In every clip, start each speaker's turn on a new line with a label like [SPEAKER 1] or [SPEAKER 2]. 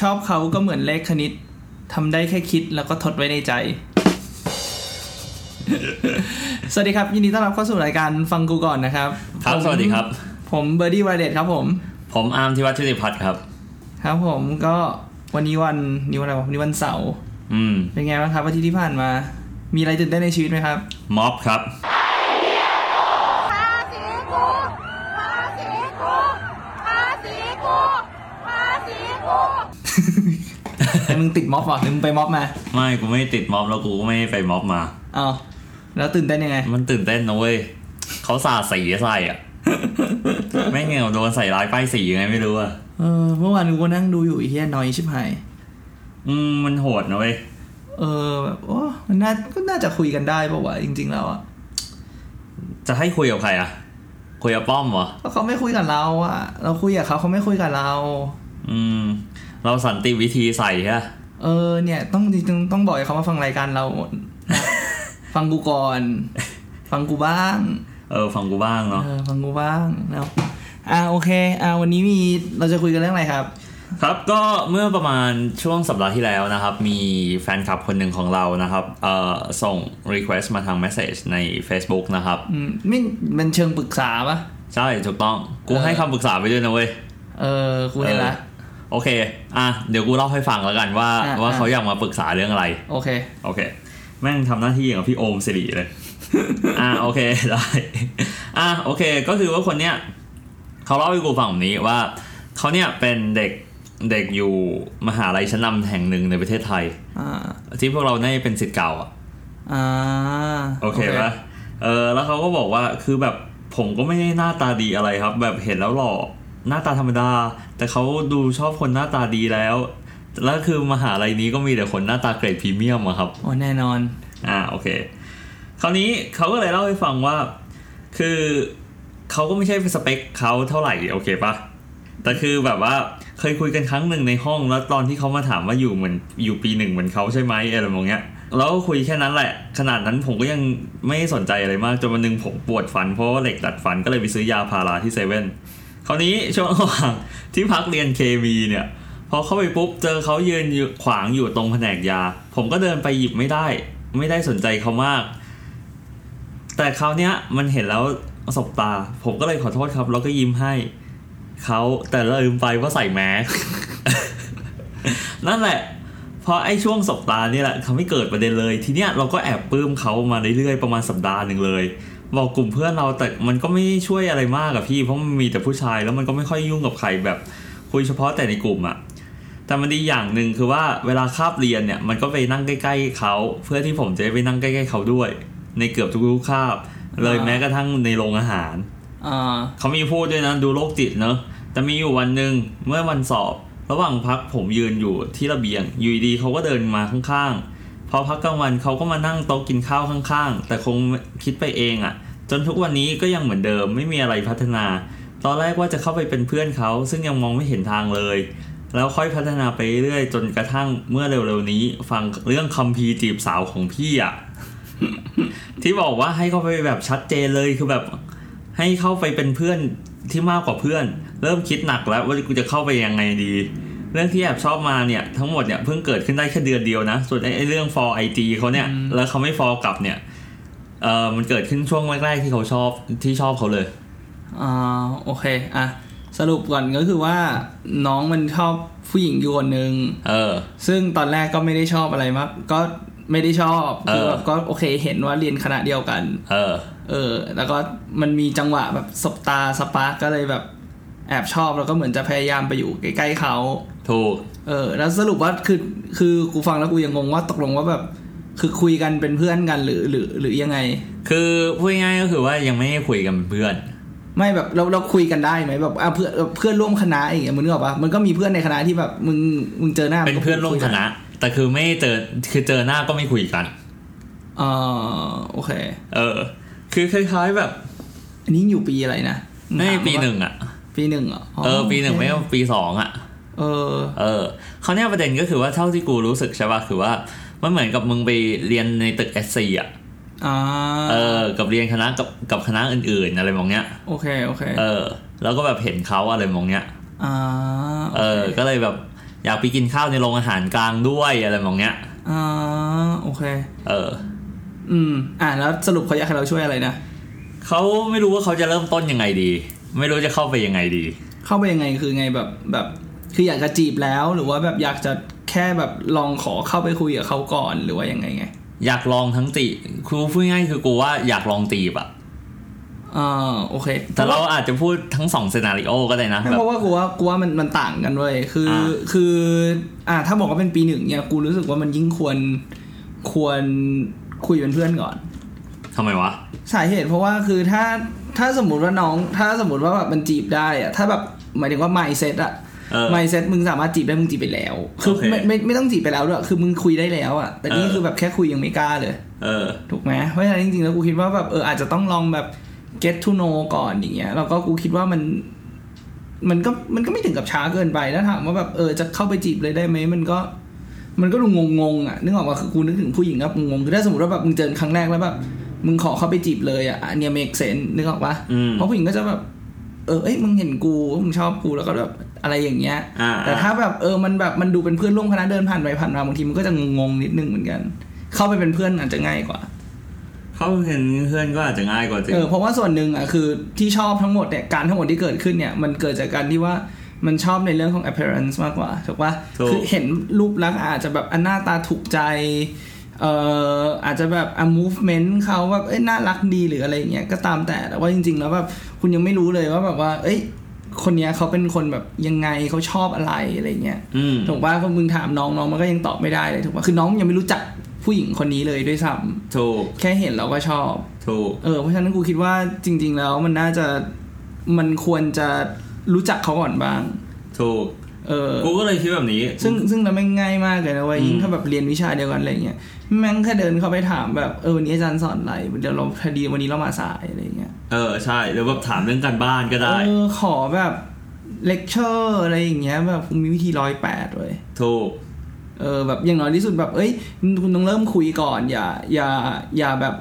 [SPEAKER 1] ชอบเขาก็เหมือนเลขคณิตทำได้แค่คิดแล้วก็ทดไว้ในใจ สวัสดีครับ ยินดีต้อนรับเข้าสู่รายการฟังกูก่อนนะครับ
[SPEAKER 2] ครั
[SPEAKER 1] ผ
[SPEAKER 2] บ
[SPEAKER 1] ม
[SPEAKER 2] สวัสดีครับ
[SPEAKER 1] ผมเบอร์ดี้วายเดตครับผม
[SPEAKER 2] ผมอาร์มที่วัดชุติพัฒน์ครับ
[SPEAKER 1] ครับผมก็วันนี้วันนี้วันอะไรวะวันนี้วันเสาร์
[SPEAKER 2] อืม
[SPEAKER 1] เป็นไงบ้างครับอาทิตย์ที่ผ่านมา มีอะไรตื่นเต้นในชีวิตไหม ครับ
[SPEAKER 2] ม็อบครับ
[SPEAKER 3] ภาษีกูภาษีกูภาษีกูภาษีกู
[SPEAKER 1] มึงติดม็อบเหรอหรือมึงไปม็อบมา
[SPEAKER 2] ไม่กูไม่ติดม็อบแล้วกูก็ไม่ไปม็อบมา
[SPEAKER 1] อ้าวแล้วตื่นเต้นยังไง
[SPEAKER 2] มันตื่นเต้นนะเว้ยเขาสาดสีใส่อ่ะ ไม่งเงี้ยโดนใส่ร้ายป้ายสียังไงไม่รู้อ่ะ
[SPEAKER 1] เออเมื่อวานกูก็นั่งดูอยู่ไอ้เฮียน้อยชิบหาย
[SPEAKER 2] อืม มันโหดนะเว้ย
[SPEAKER 1] เออแบบโอ้มันน่าก็น่าจะคุยกันได้ป่าวะจริง ๆ แล้วอะ
[SPEAKER 2] จะให้คุยกับใครอ่ะ คุยกับป้อมเหรอ
[SPEAKER 1] แล้วเขาไม่คุยกับเราอะเราคุยกับเขาเขาไม่คุยกับเรา
[SPEAKER 2] อืม เราสันติวิธีใส่ฮะ
[SPEAKER 1] เออเนี่ยต้องจริงๆต้องบอกให้เขามาฟังรายการ เรา ฟังกูก่อน ฟังกูบ้าง
[SPEAKER 2] เออ ฟังกูบ้างเนาะ
[SPEAKER 1] เออฟังกูบ้างเนาะอ่าโอเคอ่าวันนี้มีเราจะคุยกันเรื่องอะไรครับ
[SPEAKER 2] ครับก็เมื่อประมาณช่วงสัปดาห์ที่แล้วนะครับ มีแฟนคลับคนหนึ่งของเรานะครับเอ่อส่ง Request มาทาง Message ใน Facebook นะครับ
[SPEAKER 1] อืมไม่มันเชิงปรึกษาปะ
[SPEAKER 2] ใช่ถูกต้อง กู
[SPEAKER 1] เออ
[SPEAKER 2] ให้คำปรึกษาไปด้วยนะเว้ย
[SPEAKER 1] เออกูเห็นละ
[SPEAKER 2] เโอเค อ่ะ เดี๋ยวกูเล่าให้ฟังแล้วกันว่า
[SPEAKER 1] อ่ะ
[SPEAKER 2] ว่า
[SPEAKER 1] อ่ะ
[SPEAKER 2] เขาอยากมาปรึกษาเรื่องอะไร
[SPEAKER 1] โอเค
[SPEAKER 2] โอเค แม่งทำหน้าที่อย่างกับพี่โอมสิริเลย อ่ะโอเค ได้ อ่ะโอเค ก็คือว่าคนเนี้ยเขาเล่าให้กูฟังแบบนี้ว่าเขาเนี่ยเป็นเด็กเด็กอยู่มหาลัยชั้นนำแห่งหนึ่งในประเทศไทย
[SPEAKER 1] อ่า
[SPEAKER 2] ที่พวกเราได้เป็นสิทธิ์เก่าอ่ะ
[SPEAKER 1] อ่า
[SPEAKER 2] โอเคปะเออแล้วเขาก็บอกว่าคือแบบผมก็ไม่ได้หน้าตาดีอะไรครับ แบบเห็นแล้วหล่อหน้าตาธรรมดา แต่เขาดูชอบคนหน้าตาดีแล้ว แล้วคือมหาลัยนี้ก็มีแต่คนหน้าตาเกรดพรีเมียมอะครับ
[SPEAKER 1] โอ้แน่นอน
[SPEAKER 2] อ่าโอเค คราวนี้เขาก็เลยเล่าให้ฟังว่า คือเขาก็ไม่ใช่สเปคเขาเท่าไหร่โอเคปะแต่คือแบบว่าเคยคุยกันครั้งหนึ่งในห้องแล้วตอนที่เขามาถามว่าอยู่เหมือนอยู่ปีหนึ่งเหมือนเขาใช่ไหมอะไรแบบเนี้ยแล้วก็คุยแค่นั้นแหละ ขนาดนั้นผมก็ยังไม่สนใจอะไรมากจนวันหนึงผมปวดฟันเพราะว่าเหล็กดัดฟันก็เลยไปซื้อยาพาราที่เซเว่นคราวนี้ช่วงระหว่างที่พักเรียนเคมีเนี่ย พอเข้าไปปุ๊บเจอเขายืนอยู่ขวางอยู่ตรงแผนกยา ผมก็เดินไปหยิบไม่ได้ ไม่ได้สนใจเขามาก แต่คราวเนี้ยมันเห็นแล้วสบตา ผมก็เลยขอโทษครับ แล้วก็ยิ้มให้เขาแต่ลืมไปว่าใส่แมส นั่นแหละเพราะไอ้ช่วงสบตาเนี่ยแหละทำให้เกิดประเด็นเลย ทีเนี้ยเราก็แอบปลื้มเขามาเรื่อยๆประมาณสัปดาห์หนึ่งเลย บอกกลุ่มเพื่อนเราแต่มันก็ไม่ช่วยอะไรมากอะพี่ เพราะมันมีแต่ผู้ชายแล้วมันก็ไม่ค่อยยุ่งกับใครแบบ คุยเฉพาะแต่ในกลุ่มอะ แต่มันดีอย่างหนึ่งคือว่าเวลาคาบเรียนเนี่ยมันก็ไปนั่งใกล้ๆเขาเพื่อที่ผมจะได้ไปนั่งใกล้ๆเขาด้วย ในเกือบทุกๆคาบ เลย
[SPEAKER 1] อ่า
[SPEAKER 2] แม้กระทั่งในโรงอาหาร
[SPEAKER 1] อ่า
[SPEAKER 2] เขามีพูดด้วยนะดูโรคจิตเนอะแต่มีอยู่วันหนึ่งเมื่อวันสอบ ระหว่างพักผมยืนอยู่ที่ระเบียงอยู่ดีๆเขาก็เดินมาข้างๆพอพักกลางวันเขาก็มานั่งโต๊ะกินข้าวข้างๆ แต่คงคิดไปเองอะ่ะ จนทุกวันนี้ก็ยังเหมือนเดิมไม่มีอะไรพัฒนา ตอนแรกว่าจะเข้าไปเป็นเพื่อนเขา ซึ่งยังมองไม่เห็นทางเลย แล้วค่อยพัฒนาไปเรื่อยจนกระทั่งเมื่อเร็วๆนี้ ฟังเรื่องคัมภีร์จีบสาวของพี่อ่ะ ที่บอกว่าให้เข้าไปแบบชัดเจนเลยคือแบบ ให้เข้าไปเป็นเพื่อนที่มากกว่าเพื่อน เริ่มคิดหนักแล้วว่ากูจะเข้าไปยังไงดี เรื่องที่แอบชอบมาเนี่ยทั้งหมดเนี่ยเพิ่งเกิดขึ้นได้แค่เดือนเดียวนะ ส่วนไอ้ไอ้เรื่อง for IG เขาเนี่ย
[SPEAKER 1] อืม
[SPEAKER 2] แล้วเขาไม่ for กลับเนี่ยเออมันเกิดขึ้นช่วงแรกๆที่เขาชอบที่ชอบเขาเลย
[SPEAKER 1] อ่าโอเคอ่ะสรุปก่อนก็คือว่าน้องมันชอบผู้หญิงอยู่คนหนึ่ง
[SPEAKER 2] เออ
[SPEAKER 1] ซึ่งตอนแรกก็ไม่ได้ชอบอะไรมากก็ไม่ได้ชอบ
[SPEAKER 2] เออ
[SPEAKER 1] คือแบบก็โอเคเห็นว่าเรียนคณะเดียวกัน
[SPEAKER 2] เออ
[SPEAKER 1] เออ แล้วก็มันมีจังหวะแบบสบตาสปาร์กก็เลยแบบแอบชอบแล้วก็เหมือนจะพยายามไปอยู่ใกล้ๆเขา
[SPEAKER 2] ถูก
[SPEAKER 1] เออ แล้วสรุปว่าคือคือกูฟังแล้วกูยังงงว่าตกลงว่าแบบ คือคุยกันเป็นเพื่อนกันหรือหรือหรือยังไง
[SPEAKER 2] คือพูดง่ายๆก็คือว่ายังไม่ได้คุยกันเป็นเพื่อน
[SPEAKER 1] ไม่แบบเราเราคุยกันได้ไหมแบบอ่ะเพื่อนเพื่อนร่วมคณะอย่างเงี้ยมึงนึกออกปะมันก็มีเพื่อนในคณะที่แบบมึงมึงเจอหน้า
[SPEAKER 2] เป็นเพื่อนร่วมคณะ แต่คือไม่เจอคือเจอหน้าก็ไม่คุยกัน
[SPEAKER 1] เออโอเค
[SPEAKER 2] เออ คือคล้ายๆแบบ
[SPEAKER 1] อันนี้อยู่ปีอะไรนะมึง
[SPEAKER 2] ใน
[SPEAKER 1] ถาม
[SPEAKER 2] ปี
[SPEAKER 1] ปะ
[SPEAKER 2] หนึ่งอ่ะ
[SPEAKER 1] ปีหนึ่งเหรอ
[SPEAKER 2] เออ ปีหนึ่ง
[SPEAKER 1] โอเค
[SPEAKER 2] ไม่ก็ปีสองอ่ะ
[SPEAKER 1] เออ
[SPEAKER 2] เออเขาวเนี่ยประเด็นก็คือว่าเท่าที่กูรู้สึกใช่ป่ะคือว่ามันเหมือนกับมึงไปเรียนในตึก SC อ่ะ
[SPEAKER 1] อ่า
[SPEAKER 2] เออกับเรียนคณะกับกับคณะอื่นๆอะไรมองเนี้ย
[SPEAKER 1] โอเคโอเค
[SPEAKER 2] เออ แล้วก็แบบเห็นเขาอะไรมองเนี้ย
[SPEAKER 1] อ่า
[SPEAKER 2] เออ ก็เลยแบบ อยากไปกินข้าวในโรงอาหารกลางด้วยอะไรแบบเนี้ย
[SPEAKER 1] อ่าโอเค
[SPEAKER 2] เออ
[SPEAKER 1] อืม อ่าแล้วสรุปเขาอยากให้เราช่วยอะไรนะ
[SPEAKER 2] เขาไม่รู้ว่าเขาจะเริ่มต้นยังไงดี ไม่รู้จะเข้าไปยังไงดี
[SPEAKER 1] เข้าไปยังไงคือไงแบบแบบ คืออยากจะจีบแล้วหรือว่าแบบอยากจะแค่แบบลองขอเข้าไปคุยกับเขาก่อนหรือว่ายังไงไง
[SPEAKER 2] อยากลองทั้งจีครูพูดง่ายๆคือกูว่าอยากลองตีบอะ
[SPEAKER 1] อ่าโอเค
[SPEAKER 2] แต่เราอาจจะพูดทั้งสองซีนารีโอก็ได้นะ
[SPEAKER 1] ไม่
[SPEAKER 2] แบ
[SPEAKER 1] เพ
[SPEAKER 2] บ
[SPEAKER 1] ราะว่ากูว่ากูว่ามันมันต่างกันเว้ยคือ
[SPEAKER 2] อ่า
[SPEAKER 1] คืออ่าถ้าบอกว่าเป็นปีหนึ่งเนี่ยกูรู้สึกว่ามันยิ่งควรควรคุยเป็นเพื่อนก่อน
[SPEAKER 2] ทำไมวะ
[SPEAKER 1] สาเหตุเพราะว่าคือถ้าถ้าสมมติว่าน้องถ้าสมมติว่าแบบมันจีบได้อะถ้าแบบหมายถึงว่า mindset อะ
[SPEAKER 2] เออ
[SPEAKER 1] mindset มึงสามารถจีบได้มึงจีบไปแล้วคือ
[SPEAKER 2] โอเค
[SPEAKER 1] ไม่ไม่ไม่ต้องจีบไปแล้วด้วยคือมึงคุยได้แล้วอะแต่นี่
[SPEAKER 2] เออ
[SPEAKER 1] คือแบบแค่คุยยังไม่กล้าเลย
[SPEAKER 2] เออ
[SPEAKER 1] ถูกไหมเพราะฉะนั้นจริงๆแล้วกูคิดว่าแบบเอออาจจะต้องลองแบบ get to know ก่อนอย่างเงี้ยแล้วก็กูคิดว่ามัน มันก็มันก็ไม่ถึงกับช้าเกินไปถ้าถามว่าแบบเออจะเข้าไปจีบเลยได้ไหมมันก็ มันก็ดูงงงๆอ่ะนึกออกว่าคือกูนึกถึงผู้หญิงแบบงงๆคือถ้าสมมติว่าแบบมึงเจอครั้งแรกแล้วแบบมึงขอเข้าไปจีบเลยอ่ะอันเนี้ย make sense นึกออกปะ
[SPEAKER 2] อืม
[SPEAKER 1] เพราะผู้หญิงก็จะแบบ เออเอ้ยมึงเห็นกูมึงชอบกูแล้วก็แบบอะไรอย่างเงี้ย
[SPEAKER 2] อ่า
[SPEAKER 1] แต่ถ้าแบบเออมันแบบมันดูเป็นเพื่อนร่วมคณะเดินผ่านไปผ่านมาบางทีมันก็จะงงๆนิดนึงเหมือนกัน เข้าไปเป็นเพื่อนอาจจะง่ายกว่า
[SPEAKER 2] เข้าเห็นเพื่อนก็อาจจะง่ายกว่าจริง
[SPEAKER 1] เออเพราะว่าส่วนหนึ่งอ่ะคือที่ชอบทั้งหมดเนี่ยการทั้งหมดที่เกิดขึ้นเนี่ยมันเกิดจากการที่ว่ามันชอบในเรื่องของ appearance มากกว่าถูกปะ
[SPEAKER 2] ถูก
[SPEAKER 1] คือเห็นรูปลักษณ์อาจจะแบบอันหน้าตาถูกใจเอ่ออาจจะแบบอ่ะ movement เขาแบบเอ้ยน่ารักดีหรืออะไรอย่างเงี้ยก็ตามแต่แต่ว่าจริง ๆ แล้วแบบคุณยังไม่รู้เลยว่าแบบว่า เอ้ย คนเนี้ยเขาเป็นคนแบบยังไงเขาชอบอะไรอะไรเงี้ย
[SPEAKER 2] อืม
[SPEAKER 1] ถูกปะพอมึงถามน้องน้องมันก็ยังตอบไม่ได้เลยถูกปะคือน้องยังไม่รู้จักผู้หญิงคนนี้เลยด้วยซ้
[SPEAKER 2] ถูก
[SPEAKER 1] ำแค่เห็นเราก็ชอบ
[SPEAKER 2] ถูก
[SPEAKER 1] เออเพราะฉะนั้นกูคิดว่าจริง ๆ แล้วมันน่าจะมันควรจะรู้จักเขาก่อนบ้าง
[SPEAKER 2] ถูก
[SPEAKER 1] เออ
[SPEAKER 2] กูก็เลยคิดแบบนี้
[SPEAKER 1] ซึ่งซึ่งเราไม่งง่ายมากเลยนะเว้ย
[SPEAKER 2] อืม
[SPEAKER 1] ยิ่งถ้าแบบเรียนวิชาเดียวกันอะไรเงี้ยแม่งแค่เดินเข้าไปถามแบบเออวันนี้อาจารย์สอนอะไรเดี๋ยวเราพอดีวันนี้เรามาสายอะไรเงี้ย
[SPEAKER 2] เออ ใช่ หรือแบบถามเรื่องการบ้านก็ได้
[SPEAKER 1] เออขอแบบเลคเชอร์อะไรอย่างเงี้ยแบบกูมีวิธีร้อยแปดเลย
[SPEAKER 2] ถูก
[SPEAKER 1] เออแบบอย่างน้อยที่สุดแบบเอ้ยคุณต้องเริ่มคุยก่อน อย่าอย่าอย่าแบบ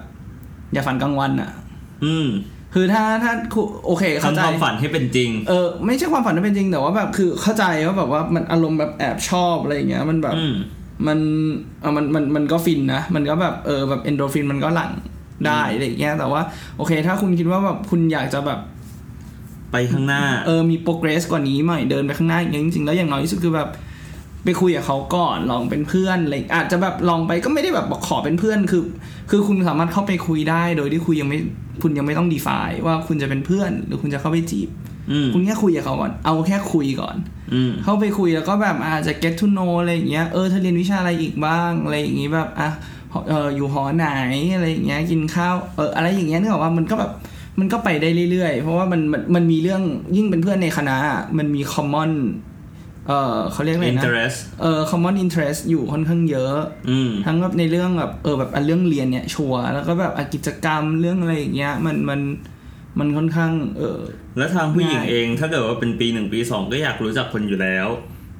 [SPEAKER 1] อย่าฝันกลางวันอะ่ะ
[SPEAKER 2] อืม
[SPEAKER 1] คือถ้าถ้าคุโอเคเข้าใจ
[SPEAKER 2] ทำความฝันให้เป็นจริง
[SPEAKER 1] เออไม่ใช่ความฝันที่เป็นจริงแต่ว่าแบบคือเข้าใจว่าแบบว่ามันอารมณ์แบบแอบชอบอะไรอย่างเงี้ยมันแบบ
[SPEAKER 2] อืม
[SPEAKER 1] มันเออมันมันมันก็ฟินนะ มันก็แบบเออแบบเอนโดรฟินมันก็หลั่งได้อะไรอย่างเงี้ยแต่ว่าโอเค ถ้าคุณคิดว่าแบบคุณอยากจะแบบ
[SPEAKER 2] ไปข้างหน้า
[SPEAKER 1] เออมีโปรเกรสกว่านี้หน่อยเดินไปข้างหน้าอย่างเงี้ยจริงๆแล้วอย่างน้อยที่สุดคือแบบ ไปคุยกับเขาก่อนลองเป็นเพื่อนอะไรอาจจะแบบลองไปก็ไม่ได้แบบบอกขอเป็นเพื่อนคือ คือคุณสามารถเข้าไปคุยได้ โดยที่คุยยังไม่คุณยังไม่ต้องดีไฟว่าคุณจะเป็นเพื่อน หรือคุณจะเข้าไปจีบ
[SPEAKER 2] อืม
[SPEAKER 1] คุณแค่คุยกับเขาก่อน เอาแค่คุยก่อน
[SPEAKER 2] อืม
[SPEAKER 1] เข้าไปคุยแล้วก็แบบอาจจะ get to know อะไรอย่างเงี้ย เออเธอเรียนวิชาอะไรอีกบ้าง อะไรอย่างงี้แบบอ่ะหอเอออยู่หอไหนอะไรอย่างเงี้ย กินข้าว เอออะไรอย่างเงี้ยนึกออกว่ามันก็แบบมันก็ไปได้เรื่อยๆ เพราะว่ามันมันมันมีเรื่องยิ่งเป็นเพื่อนในคณะอะมันมี common เออเขาเรียกอะไรนะ
[SPEAKER 2] interest
[SPEAKER 1] เออ common interest อยู่ค่อนข้างเยอะ
[SPEAKER 2] อืม
[SPEAKER 1] ทั้งแบบในเรื่องแบบเออแบบอ่ะเรื่องเรียนเนี่ยชัวร์แล้วก็แบบอ่ะกิจกรรมเรื่องอะไรอย่างเงี้ยมันมันมันค่อนข้างเออ
[SPEAKER 2] และทางผู้หญิง
[SPEAKER 1] ง่าย
[SPEAKER 2] เอง ถ้าเกิดว่าเป็นปีหนึ่งปีสองก็อยากรู้จักคนอยู่แล้ว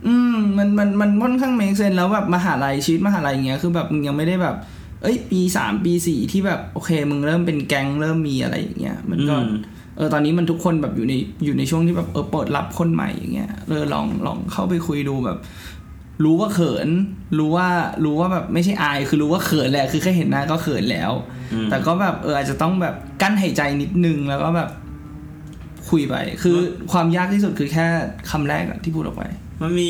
[SPEAKER 1] อืมมันมันมันค่อนข้างเมคเซนแล้วแบบมหาลัยชีวิตมหาลัยอย่างเงี้ยคือแบบมึงยังไม่ได้แบบ เอ้ย ปีสามปีสี่ที่แบบโอเคมึงเริ่มเป็นแก๊งเริ่มมีอะไรอย่างเงี้ยมันก็
[SPEAKER 2] อืม
[SPEAKER 1] เออตอนนี้มันทุกคนแบบอยู่ในอยู่ในช่วงที่แบบเออเปิดรับคนใหม่อย่างเงี้ยเออลองลองเข้าไปคุยดูแบบ รู้ว่าเขิน รู้ว่ารู้ว่าแบบไม่ใช่อาย คือรู้ว่าเขินแหละคือแค่เห็นหน้าก็เขินแล้ว
[SPEAKER 2] อืม
[SPEAKER 1] แต่ก็แบบเอออาจจะต้องแบบกั้นหายใจนิดนึงแล้วก็แบบคุยไป คือความยากที่สุดคือแค่คำแรกอะที่พูดออกไป
[SPEAKER 2] มันมี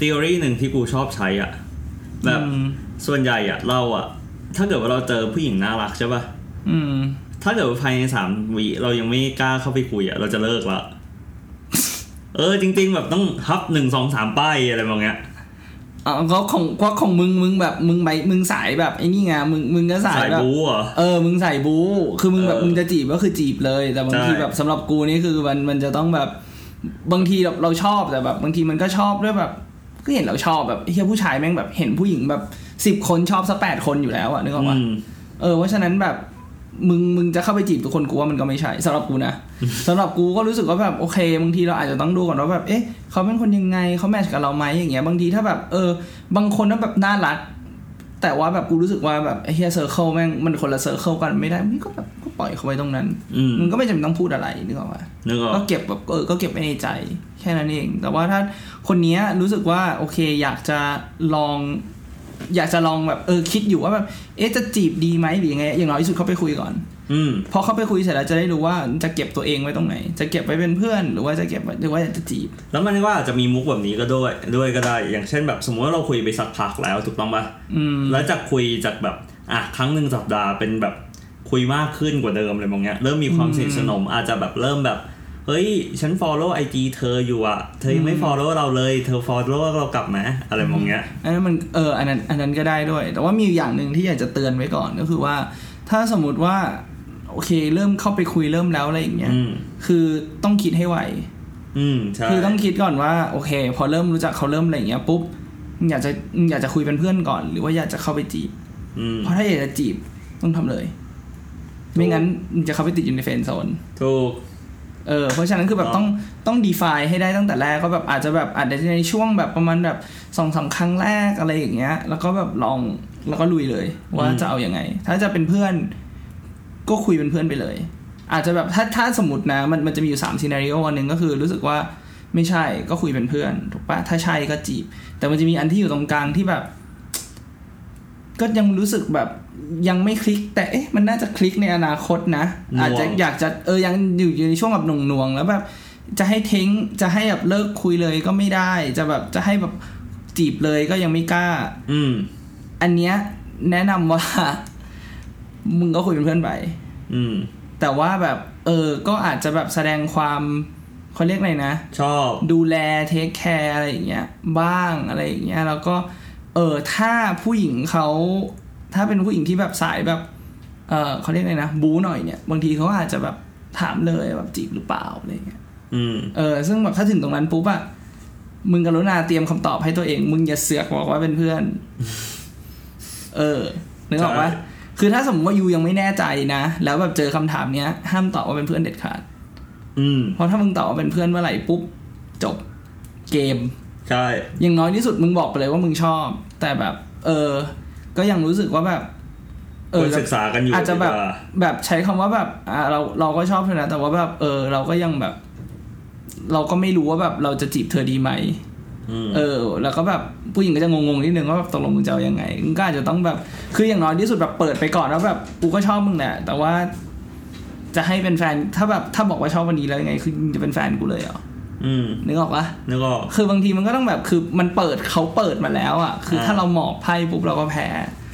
[SPEAKER 2] ทฤษฎีหนึ่งที่กูชอบใช้อ่ะ แบบ
[SPEAKER 1] อืม
[SPEAKER 2] ส่วนใหญ่อ่ะเราอ่ะ ถ้าเกิดว่าเราเจอผู้หญิงน่ารักใช่ป่ะ
[SPEAKER 1] อืม
[SPEAKER 2] ถ้าเกิดว่าภายในสามวิเรายังไม่กล้าเข้าไปคุยอ่ะเราจะเลิกละ เออจริง ๆ แบบต้องฮับหนึ่งสองสามป้ายอะไรแบบเนี้ย
[SPEAKER 1] อ๋อเขาของก็ของมึงมึงแบบมึงไปมึงสายแบบไอ้นี่ไงมึงมึงก็สาย
[SPEAKER 2] สาย
[SPEAKER 1] แบบ
[SPEAKER 2] บู๊เหรอ
[SPEAKER 1] เออมึงสายบู๊คือมึงแบบ
[SPEAKER 2] เออ
[SPEAKER 1] มึงจะจีบก็คือจีบเลย แต่บางที
[SPEAKER 2] ใช่
[SPEAKER 1] แบบสำหรับกูนี่คือมันมันจะต้องแบบบางทีแบบเราชอบแต่แบบ บางทีมันก็ชอบด้วยแบบก็เห็นเราชอบแบบเฮียผู้ชายแม่งแบบเห็นผู้หญิงแบบสิบคนชอบสักแปดคนอยู่แล้วอะนึกออกปะ
[SPEAKER 2] อืม
[SPEAKER 1] เออเพราะฉะนั้นแบบมึงมึงจะเข้าไปจีบทุกคนกูว่ามันก็ไม่ใช่สำหรับกู นะ สำหรับกูก็รู้สึกว่าแบบโอเคบางทีเราอาจจะต้องดูก่อนว่าแบบเอ๊ะเขาเป็นคนยังไงเขาแมทช์กับเราไหมอย่างเงี้ยบางทีถ้าแบบเออบางคนถ้าแบบน่ารัก แต่ว่าแบบกูรู้สึกว่าแบบไอ้เฮียเซอร์เคิลแม่งมันคนละเซอร์เคิลกันไม่ได้มันก็แบบก็ ปล่อยเขาไว้ตรงนั้น
[SPEAKER 2] อืม
[SPEAKER 1] มันก็ไม่จำเป็นต้องพูดอะไรนึกออกปะ
[SPEAKER 2] นึกออก
[SPEAKER 1] ก็เก็บแบบเออก็เก็บไว้ในใจแค่นั้นเอง แต่ว่าถ้าคนเนี้ยรู้สึกว่าโอเค อยากจะลอง อยากจะลองแบบเออคิดอยู่ว่าแบบเอ๊ะจะจีบดีไหมหรือยังไง อย่างน้อยที่สุดเขาไปคุยก่อน
[SPEAKER 2] อืม
[SPEAKER 1] พอเขาไปคุยเสร็จแล้วจะได้รู้ว่าจะเก็บตัวเองไว้ตรงไหน จะเก็บไว้เป็นเพื่อน หรือว่าจะเก็บไว้หรือว่าจะจีบ
[SPEAKER 2] แล้วมันก็อาจจะมีมุกแบบนี้ก็ด้วยด้วยก็ได้ อย่างเช่นแบบสมมติว่าเราคุยไปสักพักแล้วถูกต้องปะ
[SPEAKER 1] อืม
[SPEAKER 2] แล้วจากคุยจากแบบอ่ะครั้งหนึ่งสัปดาห์เป็นแบบคุยมากขึ้นกว่าเดิมอะไรบางอย่างเริ่มมีความสนิทสนมอาจจะแบบเริ่มแบบ เฮ้ย ฉัน follow IG เธออยู่อะเธอยังไม่ follow เราเลย เธอ follow เรากลับไหมอะไรบางอย่าง
[SPEAKER 1] อันนั้นมันเอออันนั้นอันนั้นก็ได้ด้วย แต่ว่ามีอยู่อย่างหนึ่งที่อยากจะเตือนไว้ก่อนก็คือว่า ถ้าสมมติว่าโอเค เริ่มเข้าไปคุยเริ่มแล้วอะไรอย่างเงี้ย
[SPEAKER 2] อืม
[SPEAKER 1] คือต้องคิดให้ไว
[SPEAKER 2] อืมใช่
[SPEAKER 1] คือต้องคิดก่อนว่าโอเค พอเริ่มรู้จักเขาเริ่มอะไรอย่างเงี้ยปุ๊บอยากจะอยากจะคุยเป็นเพื่อนก่อน หรือว่าอยากจะเข้าไปจีบ
[SPEAKER 2] อืม
[SPEAKER 1] เพราะถ้าอยากจะจีบต้องทำเลย ไม่งั้นมันจะเข้าไปติดอยู่ในเฟรนด์โซน
[SPEAKER 2] ถูก
[SPEAKER 1] เออเพราะฉะนั้นคือแบบ
[SPEAKER 2] อ๋อ
[SPEAKER 1] ต้องต้องดีไฟให้ได้ตั้งแต่แรกก็แบบอาจจะแบบอาจจะในช่วงแบบประมาณแบบสองสามครั้งแรกอะไรอย่างเงี้ย แล้วก็แบบลองแล้วก็ลุยเลย ว่าจะเอาอยัางไง ถ้าจะเป็นเพื่อน ก็คุยเป็นเพื่อนไปเลย อาจจะแบบถ้าถ้าสมมตินะมันมันจะมีอยู่สามซีนารีโออันหนึ่งก็คือรู้สึกว่าไม่ใช่ก็คุยเป็นเพื่อนถูกปะถ้าใช่ก็จีบ แต่มันจะมีอันที่อยู่ตรงกลางที่แบบ ก็ยังรู้สึกแบบยังไม่คลิก แต่เอ๊ะมันน่าจะคลิกในอนาคตนะ
[SPEAKER 2] หน่วง
[SPEAKER 1] อาจจะอยากจะเออยังอยู่อยู่ในช่วงแบบหน่วงๆแล้วแบบจะให้ทิ้งจะให้แบบเลิกคุยเลยก็ไม่ได้ จะแบบจะให้แบบจีบเลยก็ยังไม่กล้า
[SPEAKER 2] อืม
[SPEAKER 1] อันเนี้ยแนะนำว่า มึงก็คุยเป็นเพื่อนไป
[SPEAKER 2] อืม
[SPEAKER 1] แต่ว่าแบบเออ ก็อาจจะแบบแสดงความเขาเรียกอะไรนะ
[SPEAKER 2] ชอบ
[SPEAKER 1] ดูแลเทคแคร์อะไรอย่างเงี้ยบ้างอะไรอย่างเงี้ยแล้วก็เออถ้าผู้หญิงเขาถ้าเป็นผู้หญิงที่แบบสายแบบเออเขาเรียกอะไรนะบูหน่อยเนี่ยบางทีเขาอาจจะแบบถามเลยแบบจีบหรือเปล่าอะไรอย่างเงี้ย
[SPEAKER 2] อืม
[SPEAKER 1] เออซึ่งแบบถ้าถึงตรงนั้นปุ๊บอะมึงกรุณาเตรียมคำตอบให้ตัวเอง มึงอย่าเสือกบอกว่าเป็นเพื่อน เออนึกออกปะ
[SPEAKER 2] ใช่
[SPEAKER 1] คือถ้าสมมติว่ายูยังไม่แน่ใจนะแล้วแบบเจอคำถามเนี้ยห้ามตอบว่าเป็นเพื่อนเด็ดขาด
[SPEAKER 2] อืม
[SPEAKER 1] เพราะถ้ามึงตอบว่าเป็นเพื่อนเมื่อไหร่ปุ๊บ จบเกม
[SPEAKER 2] ใช่
[SPEAKER 1] อย่างน้อยที่สุดมึงบอกไปเลยว่ามึงชอบ แต่แบบ เออ ก็ยังรู้สึกว่าแบบ เอ
[SPEAKER 2] ค
[SPEAKER 1] อน
[SPEAKER 2] ศึกษากันอยู่
[SPEAKER 1] อาจจะแบบ
[SPEAKER 2] ดีกว่า
[SPEAKER 1] แบบใช้คำว่าแบบอ่ะเราเราก็ชอบเธอนะแต่ว่าแบบ เออ เราก็ยังแบบ เราก็ไม่รู้ว่าแบบเราจะจีบเธอดีไหม
[SPEAKER 2] อืม
[SPEAKER 1] เออ แล้วก็แบบผู้หญิงก็จะงงๆนิดนึงว่าแบบตกลงมึงจะเอายังไงมึงก็อาจจะต้องแบบ คืออย่างน้อยที่สุดแบบเปิดไปก่อนแล้วแบบกูก็ชอบมึงแหละแต่ว่า จะให้เป็นแฟนถ้าแบบถ้าบอกว่าชอบวันนี้แล้วยังไง คือมึงจะเป็นแฟนกูเลยเหรอ
[SPEAKER 2] อืม
[SPEAKER 1] นึกออกปะ
[SPEAKER 2] นึกออก
[SPEAKER 1] คือบางทีมันก็ต้องแบบคือมันเปิดเขาเปิดมาแล้วอ่ะคือ
[SPEAKER 2] อ่า
[SPEAKER 1] ถ้าเราหมอบไพ่ปุ๊บเราก็แพ้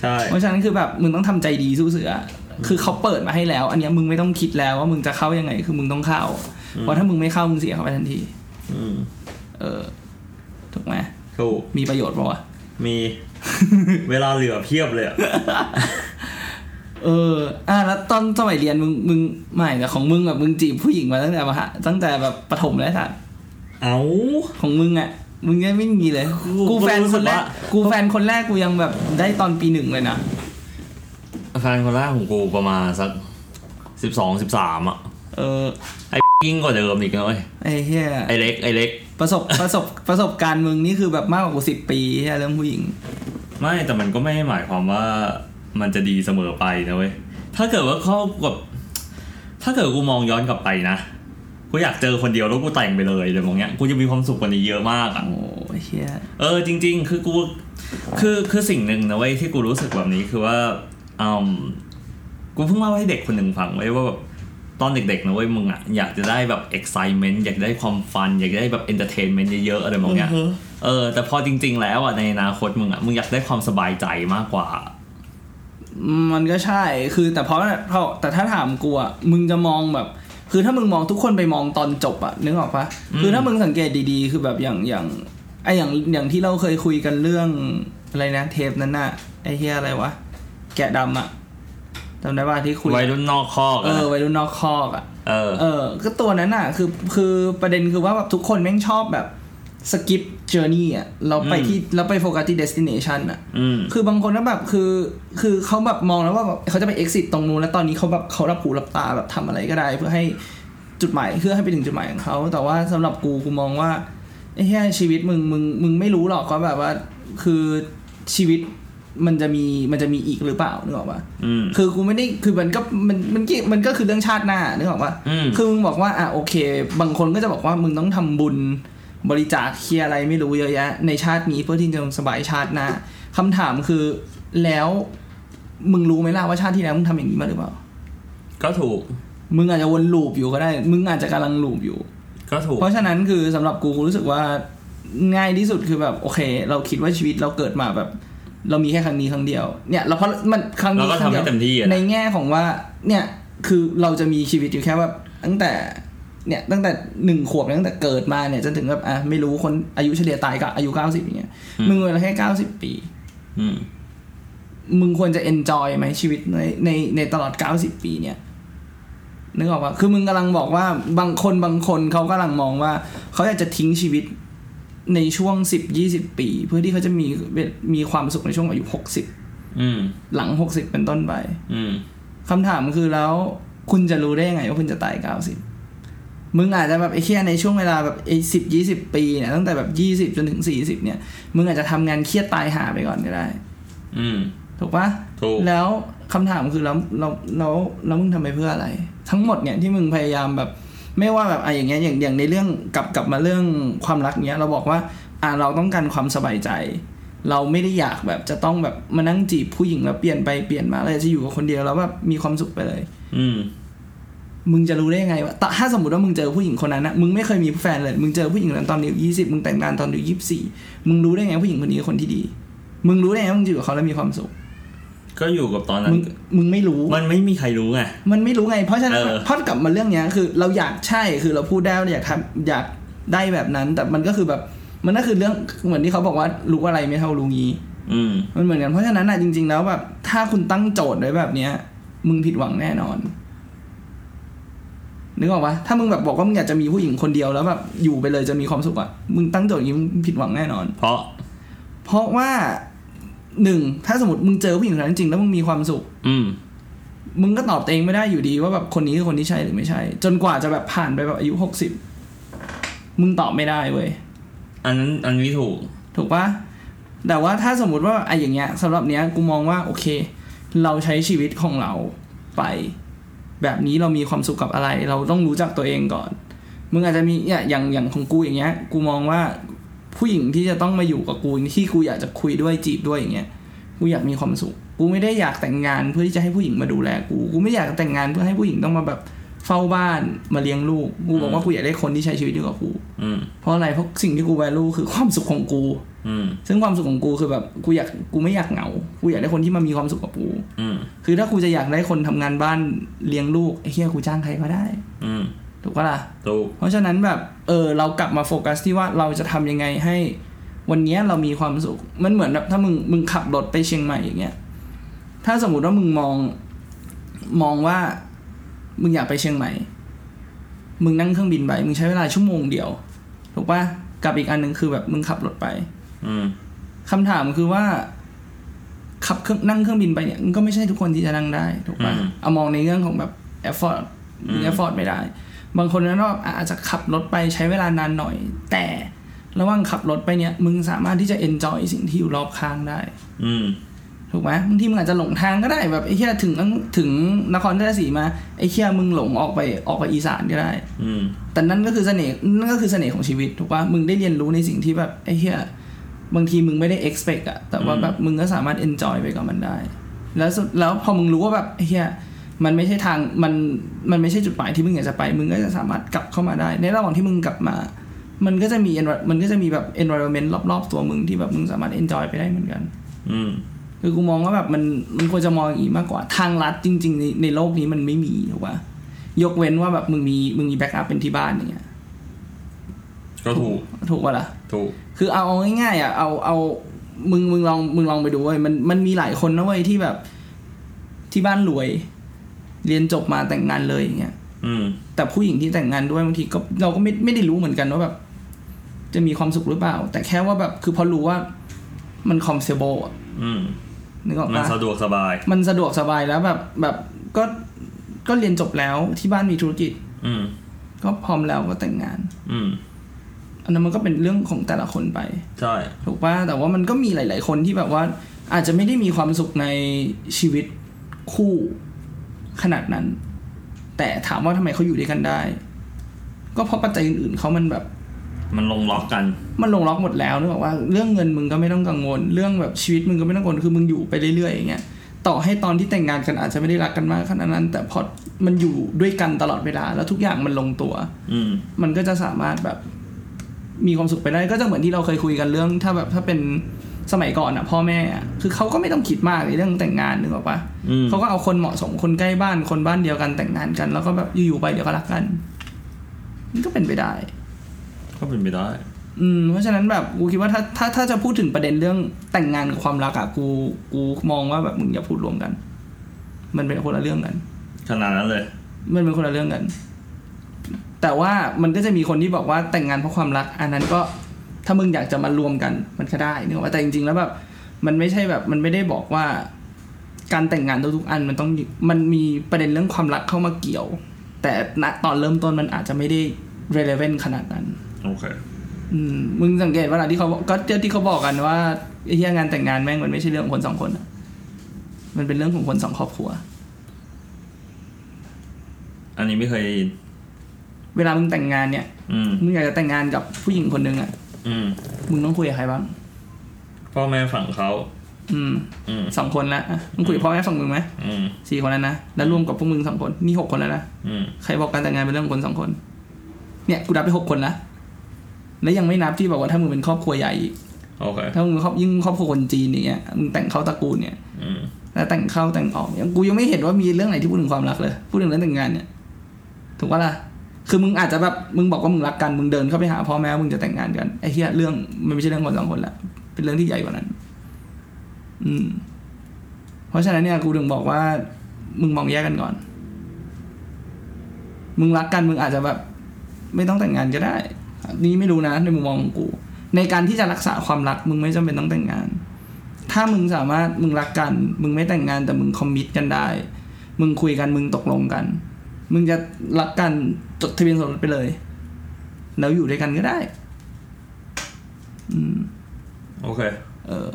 [SPEAKER 2] ใช่
[SPEAKER 1] เพราะฉะนั้นคือแบบมึงต้องทำใจดีสู้เสือ คือเขาเปิดมาให้แล้ว อันเนี้ยมึงไม่ต้องคิดแล้วว่ามึงจะเข้ายังไง คือมึงต้องเข้า เพราะถ้ามึงไม่เข้ามึงเสียเขาไปทันที
[SPEAKER 2] อืม
[SPEAKER 1] เออถูกไหม
[SPEAKER 2] ถูก
[SPEAKER 1] มีประโยชน์ปะว ะ
[SPEAKER 2] มี เวลาเหลือเพียบเลยอะ
[SPEAKER 1] เอออ่ะแล้วตอนสมัยเรียนมึงมึงไม่แต่ของมึงแบบมึงจีบผู้หญิงมาตั้งแต่มหาตั้งแต่แบบประถมแล้วสัตว์
[SPEAKER 2] เอา
[SPEAKER 1] ของมึงอ่ะมึงยังไม่มีเลย
[SPEAKER 2] กู
[SPEAKER 1] กูแฟน
[SPEAKER 2] รู้
[SPEAKER 1] ค
[SPEAKER 2] สึก
[SPEAKER 1] นแรก
[SPEAKER 2] ว่า
[SPEAKER 1] กูแฟนคนแรกกูยังแบบได้ตอนปีหนึ่งเลยนะ
[SPEAKER 2] อาคารคนแรกของกูประมาณสักสิบสองสิบสามอะ
[SPEAKER 1] เออ
[SPEAKER 2] ไอ้ ยิ่งกว่าเดิมอีกนะเว้ย
[SPEAKER 1] ไอ้เหี้ย
[SPEAKER 2] ไอ้เล็กไอ้เล็ก
[SPEAKER 1] ประสบประสบประสบการณ์มึงนี่คือแบบมากกว่ากูสิบปีเหี้ยเรื่องผู้หญิง
[SPEAKER 2] ไม่แต่มันก็ไม่ได้หมายความว่ามันจะดีเสมอไปนะเว้ย ถ้าเกิดว่าเขาแบบถ้าเกิดกูมองย้อนกลับไปนะ กูอยากเจอคนเดียวแล้วกูแต่งไปเลยอะไรมองเงี้ย กูจะมีความสุขกว่านี้เยอะมากอะ
[SPEAKER 1] โอ้ยเหี้ย
[SPEAKER 2] เออจริง ๆ คือกูคือคือสิ่งหนึ่งนะเว้ยที่กูรู้สึกแบบนี้คือว่าอืมกูเพิ่งเล่าให้เด็กคนหนึ่งฟังไว้ยว่าแบบตอนเด็กๆนะเว้ยมึงอะอยากจะได้แบบ excitement อยากได้ความฟัน อยากได้แบบ entertainment เยอะๆอะไรแบบเนี้ยเออแต่พอจริง ๆ แล้วอะในอนาคตมึงอะมึงอยากได้ความสบายใจมากกว่า
[SPEAKER 1] มันก็ใช่คือแต่เพราะเพราะแต่ถ้าถามกูอะมึงจะมองแบบ คือถ้ามึงมองทุกคนไปมองตอนจบอะนึกออกปะ
[SPEAKER 2] อืม
[SPEAKER 1] คือถ้ามึงสังเกตดีๆ คือแบบอย่างอย่างไออย่างอย่างที่เราเคยคุยกันเรื่องอะไรนะเทปนั้นน่ะไอเฮียอะไรวะแกะดำอะจำได้ป่ะที่คุย
[SPEAKER 2] วัยรุ่นนอกคอก
[SPEAKER 1] เอ
[SPEAKER 2] อะ
[SPEAKER 1] อวัยรุ่นนอกคอกอะ
[SPEAKER 2] เออ
[SPEAKER 1] เออก็ตัวนั้นอ่ะ คือ คือประเด็นคือว่าแบบทุกคนแม่งชอบแบบสกิปเจอร์นี่อ่ะ เราไป
[SPEAKER 2] อืม
[SPEAKER 1] ที่ เราไปโฟกัสที่เดสติเนชันอ่ะ
[SPEAKER 2] อืม
[SPEAKER 1] คือบางคนก็แบบ คือ คือเขาแบบมองแล้วว่าแบบเขาจะไป exit ตรงนู้น แล้วตอนนี้เขาแบบเขารับหูรับตาแบบทำอะไรก็ได้ เพื่อให้จุดหมาย เพื่อให้ไปถึงจุดหมายของเขา แต่ว่าสำหรับกู กูมองว่าไอ้แค่ชีวิตมึง มึง มึงไม่รู้หรอกว่าแบบว่า คือชีวิต มันจะมีมันจะมีอีกหรือเปล่านึกออกปะ
[SPEAKER 2] อืม
[SPEAKER 1] คือกูไม่ได้คือมันก็มันมันเกี่ยวมันก็คือเรื่องชาติหน้านึกออกปะ
[SPEAKER 2] อืม
[SPEAKER 1] คือมึงบอกว่าอ่ะโอเค บางคนก็จะบอกว่ามึงต้องทำบุญบริจาคเคลียร์อะไรไม่รู้เยอะแยะ ในชาตินี้เพื่อที่จะสบายชาติหน้าคำถามคือแล้วมึงรู้ไหมล่ะว่าชาติที่แล้วมึงทำอย่างนี้มาหรือเปล่า
[SPEAKER 2] ก็ถูก
[SPEAKER 1] มึงอาจจะวนลูปอยู่ก็ได้ มึงอาจจะกำลังลูปอยู่
[SPEAKER 2] ก็ถูก
[SPEAKER 1] เพราะฉะนั้นคือสำหรับกูกูรู้สึกว่าง่ายที่สุดคือแบบโอเค เราคิดว่าชีวิตเราเกิดมาแบบ เรามีแค่ครั้งนี้ครั้งเดียว เนี่ยเราเพราะมันครั้งนี้
[SPEAKER 2] เราก็
[SPEAKER 1] ครั้งเดียว
[SPEAKER 2] ทำให้เต็มที่อะนะ
[SPEAKER 1] ในแง่ของว่าเนี่ยคือเราจะมีชีวิตอยู่แค่แบบตั้งแต่เนี่ยตั้งแต่หนึ่งขวบตั้งแต่เกิดมาเนี่ยจนถึงแบบอ่ะไม่รู้คนอายุเฉลี่ยตายก็อายุเก้าสิบอย่างเงี้ยมึงเวลาแค่เก้าสิบปี
[SPEAKER 2] อืม
[SPEAKER 1] มึงควรจะ enjoy ไหมชีวิตในในในตลอด 90 ปีเนี่ยนึกออกปะคือมึงกำลังบอกว่าบางคนบางคนเขากำลังมองว่า เขาอยากจะทิ้งชีวิตในช่วง 10 20 ปี เพื่อที่เขาจะมีมีความสุขในช่วงอายุ
[SPEAKER 2] อืม
[SPEAKER 1] 60 หลัง 60 เป็นต้นไป
[SPEAKER 2] อืม
[SPEAKER 1] คำถามคือแล้วคุณจะรู้ได้ยังไงว่าคุณจะตาย 90 มึงอาจจะแบบไอ้เคียในช่วงเวลาแบบไอ้สิบยี่สิบปีเนี่ยตั้งแต่แบบยี่สิบจนถึงสี่สิบเนี่ยมึงอาจจะทำงานเครียดตายหาไปก่อนก็ได้
[SPEAKER 2] อืม
[SPEAKER 1] ถูกปะ
[SPEAKER 2] ถูก
[SPEAKER 1] แล้วคำถามคือแล้วแล้วแล้วแล้วมึงทำไปเพื่ออะไร ทั้งหมดเนี่ยที่มึงพยายามแบบ ไม่ว่าแบบไอะอย่างเงี้ยอย่างอย่างในเรื่องกลับกลับมาเรื่องความรักเนี้ยเราบอกว่าอ่ะเราต้องการความสบายใจ เราไม่ได้อยากแบบจะต้องแบบมานั่งจีบผู้หญิงแล้วเปลี่ยนไปเปลี่ยนมาเราอยากจะอยู่กับคนเดียวแล้วแบบมีความสุขไปเลย
[SPEAKER 2] อืม
[SPEAKER 1] มึงจะรู้ได้ยังไงว่าถ้าสมมติว่ามึงเจอผู้หญิงคนนั้นนะมึงไม่เคยมีแฟนเลย มึงเจอผู้หญิงคนนั้นตอนอายุยี่สิบมึงแต่งงานตอนอายุยี่สิบสี่มึงรู้ได้ไงว่าผู้หญิงคนนี้คือคนที่ดี มึงรู้ได้ไงว่ามึงอยู่กับเขาแล้วมีความสุข
[SPEAKER 2] ก็อยู่กับตอนนั้น
[SPEAKER 1] มึงมึงไม่รู้
[SPEAKER 2] มันไม่มีใครรู้ไง
[SPEAKER 1] มันไม่รู้ไง เพราะฉะนั้น
[SPEAKER 2] เออ
[SPEAKER 1] พอดกลับมาเรื่องเนี้ยคือเราอยากใช่คือเราพูดได้ว่าอยากทำอยากได้แบบนั้น แต่มันก็คือแบบมันก็คือเรื่องเหมือนที่เขาบอกว่ารู้อะไรไม่เท่ารู้งี้
[SPEAKER 2] อืม
[SPEAKER 1] มันเหมือนกันเพราะฉะนั้นอ่ะจริง ๆ แล้วแบบถ้าคุณตั้งโจทย์ไว้แบบเนี้ย มึงผิดหวังแน่นอนนึกออกปะถ้ามึงแบบบอกว่ามึงอยากจะมีผู้หญิงคนเดียวแล้วแบบอยู่ไปเลยจะมีความสุขอ่ะมึงตั้งโจทย์อย่างนี้มึงผิดหวังแน่นอน
[SPEAKER 2] เพราะ
[SPEAKER 1] เพราะว่าหนึ่งถ้าสมมติมึงเจอผู้หญิงคนนั้นจริงๆแล้วมึงมีความสุข
[SPEAKER 2] อืม
[SPEAKER 1] มึงก็ตอบตัวเองไม่ได้อยู่ดีว่าแบบคนนี้คือคนที่ใช่หรือไม่ใช่ จนกว่าจะแบบผ่านไปแบบอายุหกสิบมึงตอบไม่ได้เว้ย
[SPEAKER 2] อันนั้นอันนี้ถูก
[SPEAKER 1] ถูกปะแต่ว่าถ้าสมมติว่าไอ้อย่างเงี้ยสำหรับเนี้ยกูมองว่าโอเค เราใช้ชีวิตของเราไป แบบนี้เรามีความสุขกับอะไร เราต้องรู้จักตัวเองก่อน มึงอาจจะมีเนี่ยอย่างอย่างของกูอย่างเงี้ย กูมองว่าผู้หญิงที่จะต้องมาอยู่กับกูที่กูอยากจะคุยด้วยจีบด้วยอย่างเงี้ยกูอยากมีความสุข กูไม่ได้อยากแต่งงานเพื่อที่จะให้ผู้หญิงมาดูแลกูกูไม่อยากแต่งงานเพื่อให้ผู้หญิงต้องมาแบบเฝ้าบ้านมาเลี้ยงลูกกูบอกว่ากูอยากได้คนที่ใช้ชีวิตอยู่กับกู
[SPEAKER 2] อืม
[SPEAKER 1] เพราะอะไรเพราะสิ่งที่กูแวลูคือความสุขของกู
[SPEAKER 2] อืม
[SPEAKER 1] ซึ่งความสุขของกูคือแบบกูอยากกูไม่อยากเหงา กูอยากได้คนที่มามีความสุขกับกู
[SPEAKER 2] อืม
[SPEAKER 1] คือถ้ากูจะอยากได้คนทำงานบ้านเลี้ยงลูกไอ้เหี้ยกูจ้างใครก็ได้
[SPEAKER 2] อืม
[SPEAKER 1] ถูกปะล่ะ
[SPEAKER 2] ถูก
[SPEAKER 1] เพราะฉะนั้นแบบเออเรากลับมาโฟกัสที่ว่าเราจะทำยังไงให้ วันเนี้ยเรามีความสุข มันเหมือนแบบถ้ามึงมึงขับรถไปเชียงใหม่อย่างเงี้ย ถ้าสมมติว่ามึงมองมองว่ามึงอยากไปเชียงใหม่ มึงนั่งเครื่องบินไปมึงใช้เวลาชั่วโมงเดียว ถูกปะกับอีกอันหนึ่งคือแบบมึงขับรถไป
[SPEAKER 2] อืม
[SPEAKER 1] คำถามคือว่า ขับเครื่องนั่งเครื่องบินไปเนี่ยมันก็ไม่ใช่ทุกคนที่จะนั่งได้ถูกปะ
[SPEAKER 2] อืม
[SPEAKER 1] เอามองในเรื่องของแบบ effort
[SPEAKER 2] อืม
[SPEAKER 1] effort ไม่ได้ บางคนนั้นก็อาจจะขับรถไปใช้เวลานานหน่อย แต่ระหว่างขับรถไปเนี่ย มึงสามารถที่จะ enjoy สิ่งที่อยู่รอบข้างได้
[SPEAKER 2] อืม
[SPEAKER 1] ถูกไหมบางทีมึงอาจจะหลงทางก็ได้แบบไอ้เหี้ยถึงถึงนครราชสีมาไอ้เหี้ยมึงหลงออกไปออกไปอีสานก็ได้
[SPEAKER 2] อืม
[SPEAKER 1] แต่นั่นก็คือเสน่ห์นั่นก็คือเสน่ห์ของชีวิตถูกป่ะมึงได้เรียนรู้ในสิ่งที่แบบไอ้เหี้ยบางทีมึงไม่ได้ expect อะแต่ว่า
[SPEAKER 2] อืม
[SPEAKER 1] แบบมึงก็สามารถ enjoy ไปกับมันได้ แล้วสุดแล้วพอมึงรู้ว่าแบบไอ้เหี้ยมันไม่ใช่ทางมันมันไม่ใช่จุดหมายที่มึงอยากจะไป มึงก็จะสามารถกลับเข้ามาได้ ในระหว่างที่มึงกลับมา มันก็จะมี envi- มันก็จะมีแบบ environment รอบๆ ตัวมึงที่แบบมึงสามารถ enjoy ไปได้เหมือนกัน
[SPEAKER 2] อืม
[SPEAKER 1] คือกูมองว่าแบบมันมันควรจะมองอย่างนี้มากกว่าทางลัดจริง ๆ ในในโลกนี้มันไม่มีถูกปะยกเว้นว่าแบบมึงมีมึงมีแบ็กอัพเป็นที่บ้านอย่างเงี้ย
[SPEAKER 2] ก็ถูก
[SPEAKER 1] ถูกป่ะล่ะ
[SPEAKER 2] ถูก
[SPEAKER 1] คือเอาเอาง่ายๆอ่ะ เอาเอามึงมึงลองมึงลองไปดูเว้ยมันมันมีหลายคนนะเว้ยที่แบบที่บ้านรวย เรียนจบมาแต่งงานเลยอย่างเงี้ย
[SPEAKER 2] อืม
[SPEAKER 1] แต่ผู้หญิงที่แต่งงานด้วยบางทีก็เราก็ไม่ไม่ได้รู้เหมือนกันว่าแบบ จะมีความสุขหรือเปล่า แต่แค่ว่าแบบคือพอรู้ว่ามันคอมเซโบ
[SPEAKER 2] อืม
[SPEAKER 1] นึกออก
[SPEAKER 2] มัน
[SPEAKER 1] ปะ
[SPEAKER 2] สะดวกสบาย
[SPEAKER 1] มันสะดวกสบายแล้วแบบแบบก็ก็เรียนจบแล้วที่บ้านมีธุรกิจ
[SPEAKER 2] อืม
[SPEAKER 1] ก็พร้อมแล้วก็แต่งงาน
[SPEAKER 2] อืม
[SPEAKER 1] อันนั้นมันก็เป็นเรื่องของแต่ละคนไป
[SPEAKER 2] ใช่
[SPEAKER 1] ถูกป่ะแต่ว่ามันก็มีหลาย ๆ คนที่แบบว่า อาจจะไม่ได้มีความสุขในชีวิตคู่ขนาดนั้น แต่ถามว่าทำไมเขาอยู่ด้วยกันได้ ก็เพราะปัจจัยอื่นๆเขามันแบบ
[SPEAKER 2] มันลงล็อกกัน
[SPEAKER 1] มันลงล็อกหมดแล้วนึกออกว่าเรื่องเงินมึงก็ไม่ต้องกังวล เรื่องแบบชีวิตมึงก็ไม่ต้องกังวลคือมึงอยู่ไปเรื่อยๆอย่างเงี้ยต่อให้ตอนที่แต่งงานกันอาจจะไม่ได้รักกันมากขนาดนั้น แต่พอมันอยู่ด้วยกันตลอดเวลา แล้วทุกอย่างมันลงตัว
[SPEAKER 2] อืม
[SPEAKER 1] มันก็จะสามารถแบบมีความสุขไปได้ก็จะเหมือนที่เราเคยคุยกันเรื่อง ถ้าแบบถ้าเป็นสมัยก่อนอ่ะ พ่อแม่อะคือเขาก็ไม่ต้องคิดมากในเรื่องแต่งงานนึกออกปะ
[SPEAKER 2] อืม
[SPEAKER 1] เขาก็เอาคนเหมาะสมคนใกล้บ้านคนบ้านเดียวกันแต่งงานกัน แล้วก็แบบอยู่ๆไปเดี๋ยวก็รักกันมันก็เป็นไปได้
[SPEAKER 2] ก็เป็นไปได้
[SPEAKER 1] อืมเพราะฉะนั้นแบบกูคิดว่าถ้าถ้าถ้าจะพูดถึงประเด็นเรื่องแต่งงานกับความรักอะกูกูมองว่าแบบมึงอย่าพูดรวมกัน มันเป็นคนละเรื่องกัน
[SPEAKER 2] ขนาดนั้นเลย
[SPEAKER 1] มันเป็นคนละเรื่องกัน แต่ว่ามันก็จะมีคนที่บอกว่าแต่งงานเพราะความรัก อันนั้นก็ถ้ามึงอยากจะมารวมกัน มันก็ได้นึกออกปะแต่จริงๆแล้วแบบ มันไม่ใช่แบบ มันไม่ได้บอกว่า การแต่งงานทุกๆอันมันต้องมันมีประเด็นเรื่องความรักเข้ามาเกี่ยว แต่ณตอนเริ่มต้นมันอาจจะไม่ได้ relevant ขนาดนั้น
[SPEAKER 2] โอเค
[SPEAKER 1] อืมมึงสังเกตว่าล่ะที่เขาก็ที่เขาบอกกันว่าไอ้เฮียงานแต่งงานแม่งมันไม่ใช่เรื่องของคนสองคนอะมันเป็นเรื่องของคนสองครอบครัว
[SPEAKER 2] อันนี้ไม่เคยได้ยิน
[SPEAKER 1] เวลามึงแต่งงานเนี่ย
[SPEAKER 2] อืม
[SPEAKER 1] มึงอยากจะแต่งงานกับผู้หญิงคนหนึ่งอะ
[SPEAKER 2] อืม
[SPEAKER 1] มึงต้องคุยกับใครบ้าง
[SPEAKER 2] พ่อแม่ฝั่งเขา
[SPEAKER 1] อืม
[SPEAKER 2] อืม
[SPEAKER 1] สองคนละอะมึงคุยกับพ่อแม่ฝั่งมึงไหม
[SPEAKER 2] อืม
[SPEAKER 1] สี่คนแล้วนะแล้วรวมกับพวกมึงสองคนนี่หกคนแล้วนะ
[SPEAKER 2] อืม
[SPEAKER 1] ใครบอกการแต่งงานเป็นเรื่องของคนสองคน เนี่ยกูนับไปหกคนละและยังไม่นับที่บอกว่าถ้ามึงเป็นครอบครัวใหญ่อีก
[SPEAKER 2] โอเค
[SPEAKER 1] ถ้ามึงเป็นครอบยิ่งครอบครัวคนจีนอย่างเงี้ยมึงแต่งเข้าตระกูลเนี่ย
[SPEAKER 2] อืม
[SPEAKER 1] แล้วแต่งเข้าแต่งออกเนี่ยกูยังไม่เห็นว่ามีเรื่องไหนที่พูดถึงความรักเลย พูดถึงเรื่องแต่งงานเนี่ย ถูกปะล่ะ คือมึงอาจจะแบบมึงบอกว่ามึงรักกัน มึงเดินเข้าไปหาพ่อแม่ว่ามึงจะแต่งงานกันไอ้เหี้ยเรื่องมันไม่ใช่เรื่องคนสองคนละเป็นเรื่องที่ใหญ่กว่านั้น อืม เพราะฉะนั้นเนี่ยกูถึงบอกว่า มึงมองแยกกันก่อน มึงรักกันมึงอาจจะแบบ ไม่ต้องแต่งงานก็ได้ นี่ไม่รู้นะในมุมมองของกู ในการที่จะรักษาความรัก มึงไม่จำเป็นต้องแต่งงาน ถ้ามึงสามารถมึงรักกัน มึงไม่แต่งงานแต่มึงคอมมิตกันได้ มึงคุยกันมึงตกลงกัน มึงจะรักกันจดทะเบียนสมรสไปเลย แล้วอยู่ด้วยกันก็ได้ อืม
[SPEAKER 2] โอเค
[SPEAKER 1] เออ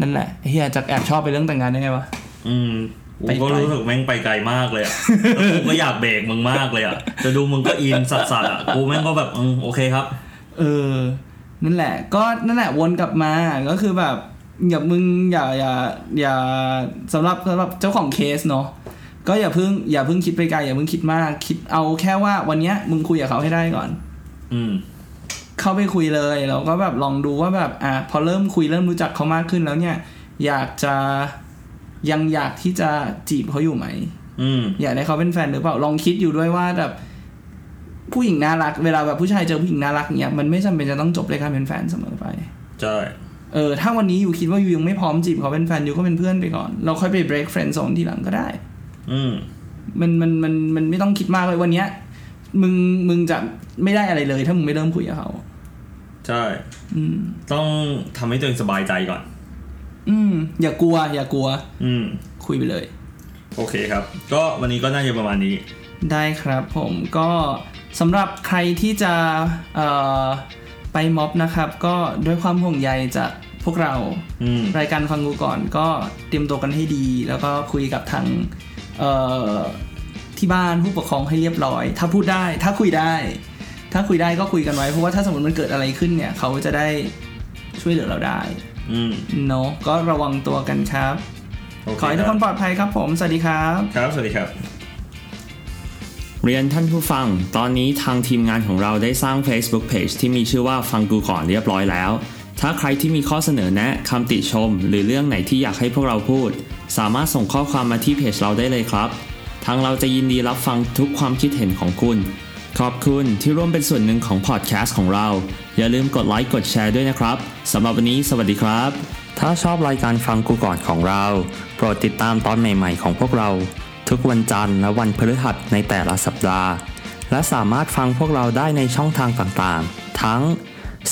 [SPEAKER 1] นั่นแหละไอ้เฮียจากแอบชอบไปเรื่องแต่งงานได้ไงวะ
[SPEAKER 2] อืมกู
[SPEAKER 1] ไปไกล
[SPEAKER 2] ก็รู้สึกแม่งไปไกลมาก เลยอะแล้วกูก็อยากเบรกมึงมากเลยอะจะดูมึงก็อินสัสๆอะกูแม่งก็แบบอืมโอเคครับ
[SPEAKER 1] เออ นั่นแหละ ก็นั่นแหละวนกลับมา ก็คือแบบอย่ามึงอย่าอย่าอย่าสำหรับสำหรับเจ้าของเคสเนาะ ก็อย่าเพิ่งอย่าเพิ่งคิดไปไกลอย่าเพิ่งคิดมาก คิดเอาแค่ว่าวันเนี้ยมึงคุยกับเขาให้ได้ก่อน
[SPEAKER 2] อืม
[SPEAKER 1] เข้าไปคุยเลยแล้วก็แบบลองดูว่าแบบอ่ะพอเริ่มคุยเริ่มรู้จักเขามากขึ้นแล้วเนี่ย อยากจะยังอยากที่จะจีบเขาอยู่ไหม
[SPEAKER 2] อืม
[SPEAKER 1] อยากได้เขาเป็นแฟนหรือเปล่าลองคิดอยู่ด้วยว่าแบบผู้หญิงน่ารัก เวลาแบบผู้ชายเจอผู้หญิงน่ารักเนี่ยมันไม่จำเป็นจะต้องจบด้วยการเป็นแฟนเสมอไป
[SPEAKER 2] ใช่
[SPEAKER 1] เออถ้าวันนี้อยู่คิดว่าอยู่ยังไม่พร้อมจีบเขาเป็นแฟนอยู่ก็เป็นเพื่อนไปก่อน เราค่อยไป break friend zone ทีหลังก็ได้
[SPEAKER 2] อืม
[SPEAKER 1] มันมันมันมันไม่ต้องคิดมากเลยวันเนี้ยมึงมึงจะไม่ได้อะไรเลย ถ้ามึงไม่เริ่มคุยกับเขา
[SPEAKER 2] ใช่
[SPEAKER 1] อืม
[SPEAKER 2] ต้องทำให้ตัวเองสบายใจก่อน
[SPEAKER 1] อืมอย่ากลัว อย่ากลัว
[SPEAKER 2] อืม
[SPEAKER 1] คุยไปเลย
[SPEAKER 2] โอเคครับ ก็วันนี้ก็น่าจะประมาณนี้
[SPEAKER 1] ได้ครับผมก็สำหรับใครที่จะเอ่อไปม็อบนะครับ ก็ด้วยความห่วงใยจากพวกเรา
[SPEAKER 2] อืม
[SPEAKER 1] รายการฟังกูก่อนก็เตรียมตัวกันให้ดี แล้วก็คุยกับทางเอ่อที่บ้านผู้ปกครองให้เรียบร้อย ถ้าพูดได้ถ้าคุยได้ ถ้าคุยได้ก็คุยกันไว้เพราะว่าถ้าสมมติมันเกิดอะไรขึ้นเนี่ย เขาจะได้ช่วยเหลือเราได้
[SPEAKER 2] อืม
[SPEAKER 1] เนาะก็ระวังตัวกันครับ
[SPEAKER 2] โเ
[SPEAKER 1] ขอให้ทุกคนปลอดภัยครับผม สวัสดีครับ
[SPEAKER 2] ครับ สวัสดีครับ
[SPEAKER 4] เรียนท่านผู้ฟัง ตอนนี้ทางทีมงานของเราได้สร้าง Facebook Page ที่มีชื่อว่าฟังกูก่อนเรียบร้อยแล้ว ถ้าใครที่มีข้อเสนอแนะคำติชม หรือเรื่องไหนที่อยากให้พวกเราพูด สามารถส่งข้อความมาที่เพจเราได้เลยครับ ทางเราจะยินดีรับฟังทุกความคิดเห็นของคุณ ขอบคุณที่ร่วมเป็นส่วนหนึ่งของพอดแคสต์ของเรา อย่าลืมกดไลค์กดแชร์ด้วยนะครับสำหรับวันนี้สวัสดีครับ ถ้าชอบรายการฟังกูก่อนของเรา โปรดติดตามตอนใหม่ๆของพวกเรา ทุกวันจันทร์และวันพฤหัสในแต่ละสัปดาห์ และสามารถฟังพวกเราได้ในช่องทางต่างๆ ทั้ง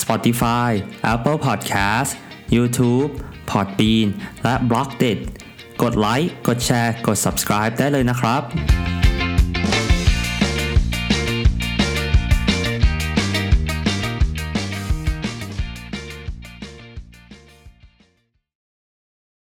[SPEAKER 4] Spotify, Apple Podcast, YouTube, Podbean และ b l o c k d i t กดไลค์ กดแชร์ กด subscribe ได้เลยนะครับ